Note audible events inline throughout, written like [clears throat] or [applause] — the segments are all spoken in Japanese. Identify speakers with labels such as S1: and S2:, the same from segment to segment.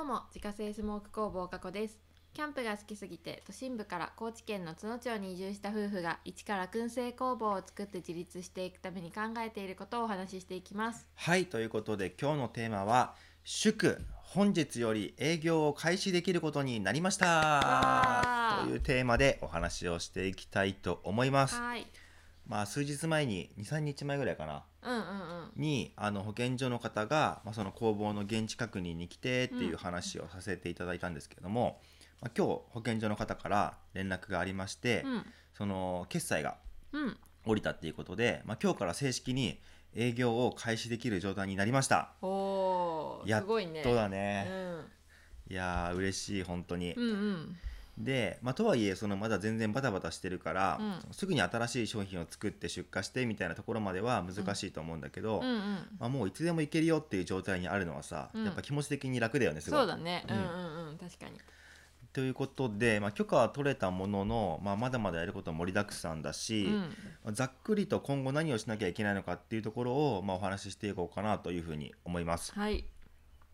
S1: うも自家製スモーク工房かこですキャンプが好きすぎて都心部から高知県の津野町に移住した夫婦が一から燻製工房を作って自立していくために考えていることをお話ししていきます
S2: はい、ということで今日のテーマは祝本日より営業を開始できることになりました
S1: わー
S2: というテーマでお話をしていきたいと思います。
S1: はい
S2: まあ数日前に23日前ぐらいかな
S1: うんうんうん
S2: にあの保健所の方が、まあ、その工房の現地確認に来てっていう話をさせていただいたんですけれども、まあ、今日保健所の方から連絡がありまして、
S1: うん
S2: その決済が
S1: うん
S2: 降りたっていうことで、まあ、今日から正式に営業を開始できる状態になりました。
S1: おー
S2: やっ
S1: すごいね
S2: そうだ
S1: う
S2: ね、
S1: ん
S2: いやー嬉しい本当に
S1: う、んうん
S2: で、まあ、とはいえそのまだ全然バタバタしてるから、
S1: うん
S2: そのすぐに新しい商品を作って出荷してみたいなところまでは難しいと思うんだけど、
S1: うんうん
S2: まあ、もういつでもいけるよっていう状態にあるのはさ、
S1: うん
S2: やっぱ気持ち的に楽だよねすごい
S1: そうだねう
S2: うんん
S1: うんうん確かに
S2: ということで、まあ、許可は取れたものの、まあ、まだまだやること盛りだくさんだし、
S1: うん
S2: まあざっくりと今後何をしなきゃいけないのかっていうところを、まあ、お話ししていこうかなというふうに思います
S1: はい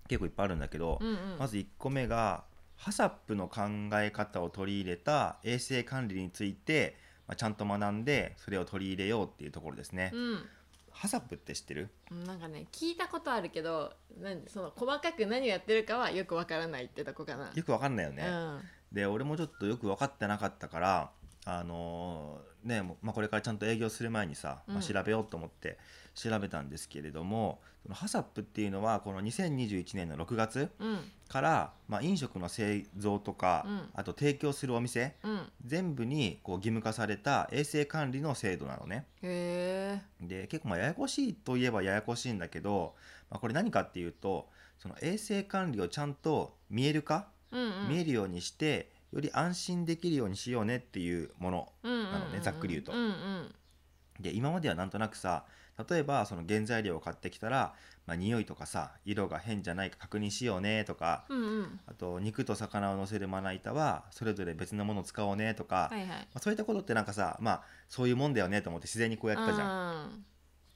S2: 結構いっぱいあるんだけど、
S1: うんうん
S2: まず1個目が HACCP の考え方を取り入れた衛生管理について、まあ、ちゃんと学んでそれを取り入れようっていうところですね。
S1: うん
S2: ハサ HACCP って知ってる
S1: なんかね聞いたことあるけどなんその細かく何をやってるかはよくわからないってとこかな。
S2: よくわかんないよ
S1: う
S2: ね。
S1: ん
S2: で俺もちょっとよく分かってなかったから、あのーねもうまあ、これからちゃんと営業する前にさ、ま
S1: うん
S2: あ、調べようと思って調べたんですけれども、その HACCP っていうのはこの2021年の6月
S1: うん
S2: から、まあ、飲食の製造とか、
S1: うん
S2: あと提供するお店、
S1: うん
S2: 全部にこう義務化された衛生管理の制度なのね。
S1: へえ
S2: で結構まあややこしいといえばややこしいんだけど、まあ、これ何かっていうとその衛生管理をちゃんと見える化、
S1: うんうん
S2: 見えるようにしてより安心できるようにしようねっていうもの
S1: うんうんうん
S2: なのねざっくり言うと
S1: うんうん
S2: で今まではなんとなくさ例えばその原材料を買ってきたら、まあ、匂いとかさ色が変じゃないか確認しようねとか
S1: うんうん
S2: あと肉と魚を乗せるまな板はそれぞれ別のものを使おうねとか、
S1: はいはい。
S2: まあ、そういったことってなんかさまあそういうもんだよねと思って自然にこうやったじゃん、
S1: ん。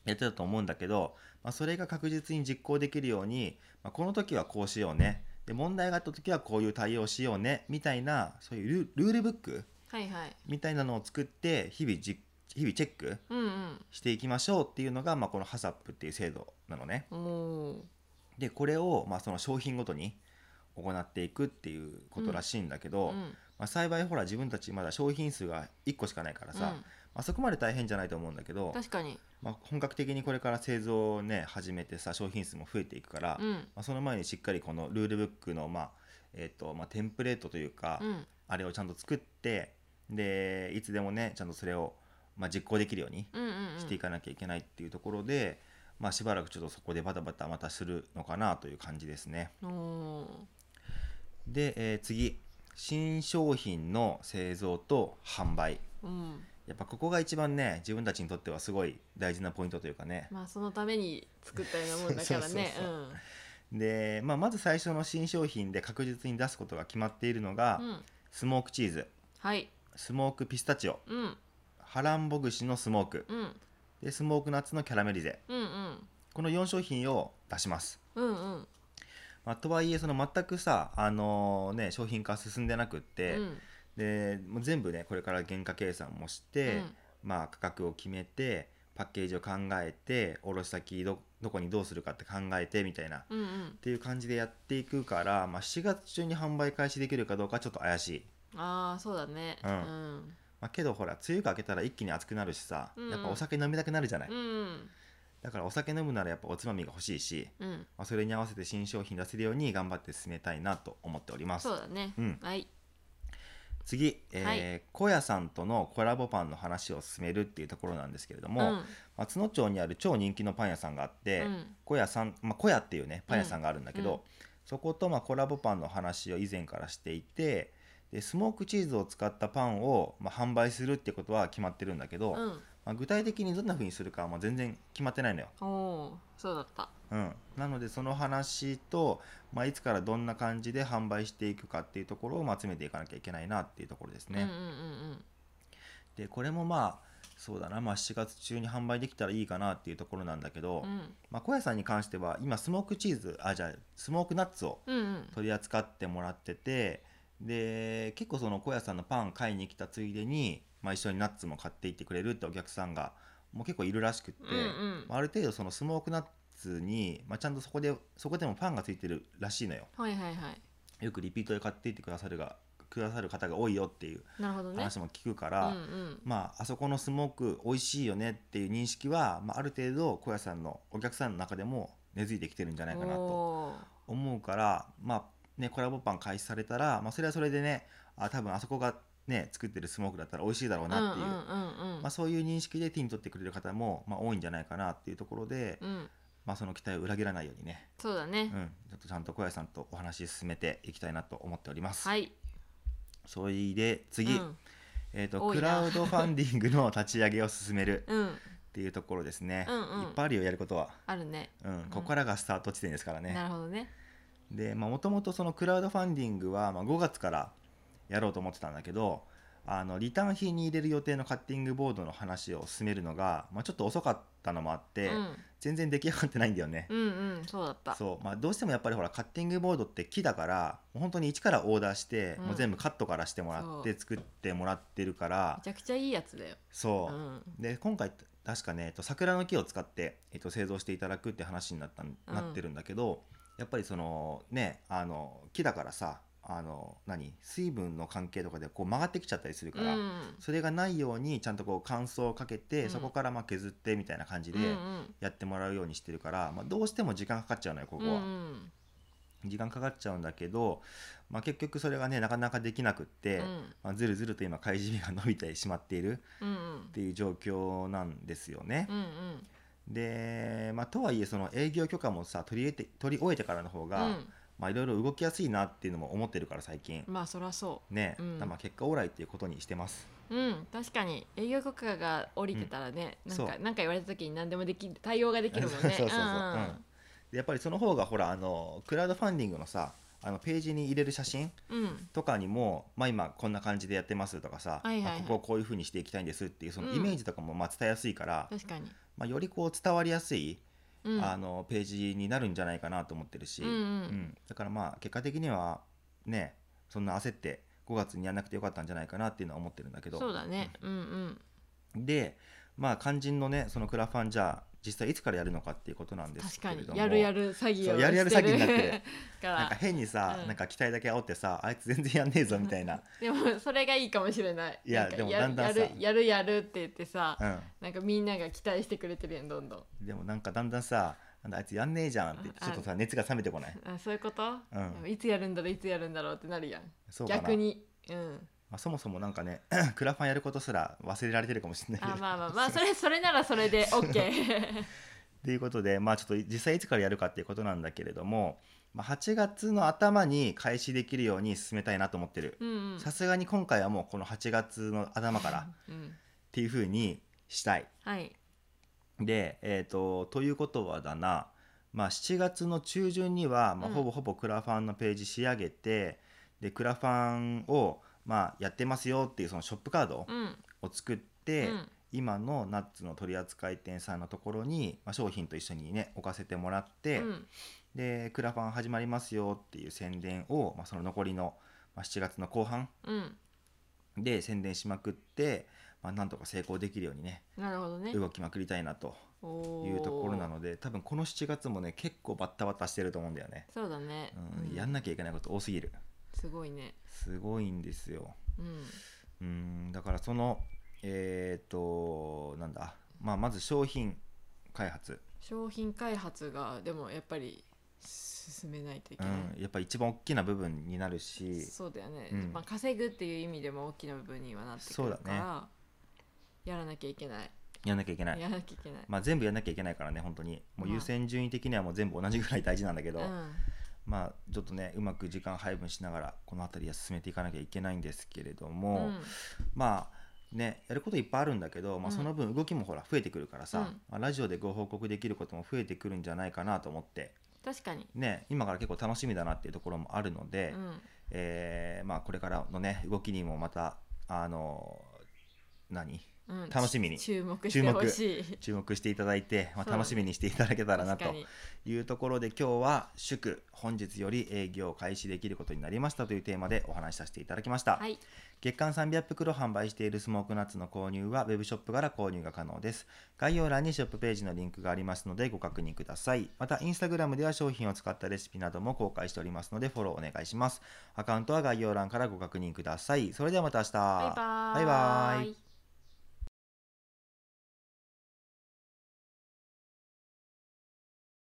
S2: やってたと思うんだけど、まあ、それが確実に実行できるように、まあ、この時はこうしようねで問題があった時はこういう対応しようねみたいなそういうルルールブック
S1: はいはい。
S2: みたいなのを作って日々じ日々チェック
S1: うん
S2: していきましょうっていうのが、まあ、この HACCP っていう制度なのね。
S1: うん。おお。
S2: でこれを、まあ、その商品ごとに行っていくっていうことらしいんだけど、
S1: うん
S2: まあ、幸いほら自分たちまだ商品数が1個しかないからさ、まあ、そこまで大変じゃないと思うんだけ
S1: うん
S2: ど、
S1: 確かに。
S2: まあ、本格的にこれから製造をね始めてさ商品数も増えていくから、
S1: う
S2: ま
S1: ん
S2: あ、その前にしっかりこのルールブックの、まあえっとまあ、テンプレートというか、
S1: うん
S2: あれをちゃんと作ってでいつでもねちゃんとそれを、まあ、実行できるように
S1: うんうんうん。
S2: していかなきゃいけないっていうところで、まあ、しばらくちょっとそこでバタバタまたするのかなという感じですね。
S1: おお
S2: で、えー次新商品の製造と販売
S1: ー。うん。
S2: やっぱここが一番ね自分たちにとってはすごい大事なポイントというかね、。
S1: まあそのために作ったようなもんだからね
S2: そうそうで、まあ、まず最初の新商品で確実に出すことが決まっているのが、
S1: うんうん。
S2: スモークチーズ
S1: はい。
S2: スモークピスタチオ
S1: うん
S2: ハランボ串のスモーク
S1: うん
S2: でスモークナッツのキャラメリゼ
S1: うんうん
S2: この4商品を出します、
S1: うんうん。
S2: まあ、とはいえその全くさ、あのね、商品化進んでなくって、
S1: うん
S2: でもう全部ねこれから原価計算もして、まあ、価格を決めてパッケージを考えて卸先どどこにどうするかって考えてみたいな
S1: うんうんうん
S2: っ。ていう感じでやっていくから、まあ、7月中に販売開始できるかどうかちょっと怪しい、
S1: ああそうだね。
S2: うん
S1: うん。
S2: まあ、けどほら梅雨が明けたら一気に暑くなるしさ、
S1: うん
S2: やっぱお酒飲みたくなるじゃない、
S1: うん
S2: だからお酒飲むならやっぱおつまみが欲しいし、
S1: うん、
S2: まあ、それに合わせて新商品出せるように頑張って進めたいなと思っております
S1: そうだね。
S2: うん
S1: はい。
S2: 次、え
S1: は
S2: ー小屋さんとのコラボパンの話を進めるっていうところなんですけれども、
S1: ん
S2: まあ、津野町にある超人気のパン屋さんがあって、
S1: うん
S2: 小屋さん、まあ、小屋っていうねパン屋さんがあるんだけど、
S1: うん
S2: そことまあコラボパンの話を以前からしていてでスモークチーズを使ったパンをまあ販売するってことは決まってるんだけど、
S1: うん、
S2: まあ、具体的にどんな風にするかはまあ全然決まってないのよ。
S1: おおそうだった。
S2: うん、なのでその話と、まあ、いつからどんな感じで販売していくかっていうところをまあ詰めていかなきゃいけないなっていうところですね。
S1: うんうんうん
S2: でこれもまあそうだな、まあ、7月中に販売できたらいいかなっていうところなんだけど、
S1: うん
S2: まあ、小屋さんに関しては今スモークチーズあじゃあスモークナッツを
S1: うんうん
S2: 取り扱ってもらっててで結構その小屋さんのパン買いに来たついでに、まあ、一緒にナッツも買っていってくれるってお客さんがもう結構いるらしくって、
S1: うんうん
S2: まあ、ある程度そのスモークナッツに、まあ、ちゃんとそこでそこでもパンがついてるらしいのよ
S1: はいはいはい
S2: よくリピートで買っていってくださるがくださる方が多いよっていう
S1: なるほどね
S2: 話も聞くか
S1: う
S2: ら、
S1: んうん
S2: まあ、あそこのスモーク美味しいよねっていう認識は、まあ、ある程度小屋さんのお客さんの中でも根付いてきてるんじゃないかなと
S1: おー
S2: 思うから、まあね、コラボパン開始されたら、まあ、それはそれでねあ多分あそこが、ね、作ってるスモークだったら美味しいだろうなっていう、
S1: うんうんうんうん
S2: まあ、そういう認識で手に取ってくれる方も、まあ、多いんじゃないかなっていうところで、
S1: うん
S2: まあ、その期待を裏切らないようにね、
S1: そうだね、
S2: うん、ちょっとちゃんと小屋さんとお話し進めていきたいなと思っております。
S1: はい
S2: それで次、
S1: うん
S2: えー、と
S1: 多い
S2: ク
S1: な
S2: ラウドファンディングの立ち上げを進める
S1: うん
S2: っていうところですね、
S1: うんうん
S2: いっぱいあるよやることは、
S1: あるね
S2: うんここからがスタート地点ですから
S1: な
S2: ね
S1: るほどね
S2: でもともとそのクラウドファンディングは、まあ、5月からやろうと思ってたんだけどあのリターン品に入れる予定のカッティングボードの話を進めるのが、まあ、ちょっと遅かったのもあって、
S1: うん
S2: 全然出来上がってないんだよね、
S1: うんうんそうだった
S2: そうまあ、どうしてもやっぱりほらカッティングボードって木だからもう本当に一からオーダーして、
S1: うん
S2: もう全部カットからしてもらって作ってもらってるから
S1: めちゃくちゃいいやつだよ
S2: そうう、
S1: ん
S2: で今回確かね、えっと、桜の木を使って、えっと、製造していただくって話になったん
S1: うん
S2: なってるんだけど、やっぱりそのねあの木だからさあの何水分の関係とかでこう曲がってきちゃったりするか
S1: うん
S2: ら、それがないようにちゃんとこう乾燥をかけて、
S1: うん
S2: そこからまあ削ってみたいな感じで
S1: うんうん
S2: やってもらうようにしてるから、まあ、どうしても時間かかっちゃうのよここは、
S1: うんうん
S2: 時間かかっちゃうんだけど、まあ、結局それがねなかなかできなくって、
S1: うん
S2: まあ、ずるずると今開示日が伸びてしまっている
S1: うん
S2: っていう状況なんですよね。
S1: うんうん
S2: で、まあ、とはいえその営業許可もさ取り得て取り終えてからの方
S1: う
S2: が、
S1: ん
S2: まあ、いろいろ動きやすいなっていうのも思ってるから最近、
S1: まあそらそ
S2: ね、
S1: うん
S2: だからまあ結果オーライっていうことにしてます
S1: ううん確かに営業許可が降りてたらね
S2: うん
S1: なんか
S2: そう
S1: なんか言われた時に何でもでき対応ができるもん
S2: [laughs] そう
S1: ね
S2: そうそうそう、
S1: ん
S2: うんでやっぱりその方がほらあのクラウドファンディングのさあのページに入れる写真
S1: うんうん
S2: とかにも、まあ、今こんな感じでやってますとかさ、
S1: はいはいはい
S2: まあここをこういうふうにしていきたいんですっていうその
S1: うん
S2: イメージとかもまあ伝えやすいから、
S1: 確かに
S2: まあ、よりこう伝わりやすい、
S1: うん
S2: あのページになるんじゃないかなと思ってるし、
S1: うんうん
S2: うん、だからまあ結果的にはねそんな焦って5月にやらなくてよかったんじゃないかなっていうのは思ってるんだけど
S1: そうだねうんうん
S2: でまあ肝心のねそのクラファンじゃあ実際いつからやるのかっていうことなんで
S1: 確
S2: すけ
S1: か
S2: れ
S1: に
S2: ども
S1: やるやる詐欺
S2: そ
S1: を
S2: うやるやる
S1: して
S2: 詐欺になってる
S1: か
S2: なんから変にさ、
S1: うん
S2: なんか期待だけ煽ってさあいつ全然やんねえぞみ
S1: [laughs]
S2: たいな
S1: でもそれがいいかもしれない
S2: いや
S1: なんか
S2: でも
S1: や
S2: だんだんさ
S1: やるやるやるって言ってさ
S2: う
S1: なんかみんなが期待してくれてるやんどんどん
S2: んでもなんかだんだんさなんだあいつやんねえじゃんって言ってちょっとさ熱が冷めてこない
S1: あそういうこと、
S2: うん
S1: でもいつやるんだろういつやるんだろうってなるやん
S2: そうかな
S1: 逆にうん
S2: まあ、そもそもなんかね [clears throat] クラファンやることすら忘れられてるかもしれないけど
S1: あまあまあ
S2: [laughs]
S1: まあそれそれならそれで OK
S2: ということで、まあ、ちょっと実際いつからやるかっていうことなんだけれども、まあ、8月の頭に開始できるように進めたいなと思ってる
S1: [laughs] うんうん
S2: さすがに今回はもうこの8月の頭からっ
S1: うん
S2: ていうふうにしたい
S1: はい
S2: でえっ、とということはだな、まあ、7月の中旬には、まあ、
S1: うん
S2: ほぼほぼクラファンのページ仕上げて、でクラファンを、まあ、やってますよっていうそのショップカード
S1: うん
S2: を作っ
S1: う
S2: て、
S1: ん
S2: 今のナッツの取り扱い店さんのところに、まあ、商品と一緒にね置かせてもらって、
S1: うん
S2: でクラファン始まりますよっていう宣伝を、まあ、その残りの、まあ、7月の後半
S1: うん
S2: で宣伝しまくって、まあ、なんとか成功できるようにね
S1: なるほどね
S2: 動きまくりたいなと
S1: おー
S2: いうところなので多分この7月もね結構バッタバタしてると思うんだよね、
S1: そうだね、
S2: うんやんなきゃいけないこと多すぎる
S1: すごいね
S2: すごいんですよ
S1: うん
S2: うんだからそのえっ、となんだ、まあ、まず商品開発、
S1: 商品開発がでもやっぱり進めないといけ
S2: う
S1: ない、
S2: ん、やっぱ一番大きな部分になるし
S1: そうだよね、
S2: うん
S1: まあ、稼ぐっていう意味でも大きな部分にはなってくる
S2: そう
S1: か
S2: だね
S1: ら、やらなきゃいけない、
S2: やんなきゃいけない
S1: やらなきゃいけない、
S2: まあ、全部やんなきゃいけないからね本当にもう
S1: まあ
S2: 優先順位的にはもう全部同じぐらい大事なんだけど、
S1: うん
S2: まあちょっとねうまく時間配分しながらこの辺りは進めていかなきゃいけないんですけれど
S1: う
S2: も、
S1: ん
S2: まあねやることいっぱいあるんだけど、まあ、
S1: うん
S2: その分動きもほら増えてくるからさ、
S1: うん
S2: まあラジオでご報告できることも増えてくるんじゃないかなと思って
S1: 確かに、
S2: ね今から結構楽しみだなっていうところもあるので、
S1: うん、
S2: えーまあ、これからのね動きにもまたあの何
S1: うん
S2: 楽しみに
S1: 注目してほし [laughs] い
S2: 注目していただいて、まあ、
S1: そうだね
S2: 楽しみにしていただけたらな
S1: 確か
S2: と
S1: に
S2: いうところで今日は「祝本日より営業を開始できることになりました」というテーマでお話しさせていただきました、
S1: はい
S2: 月間300袋販売しているスモークナッツの購入はウェブショップから購入が可能です概要欄にショップページのリンクがありますのでご確認くださいまたインスタグラムでは商品を使ったレシピなども公開しておりますのでフォローお願いしますアカウントは概要欄からご確認くださいそれではまた明日
S1: バイバーイ
S2: バイバーイ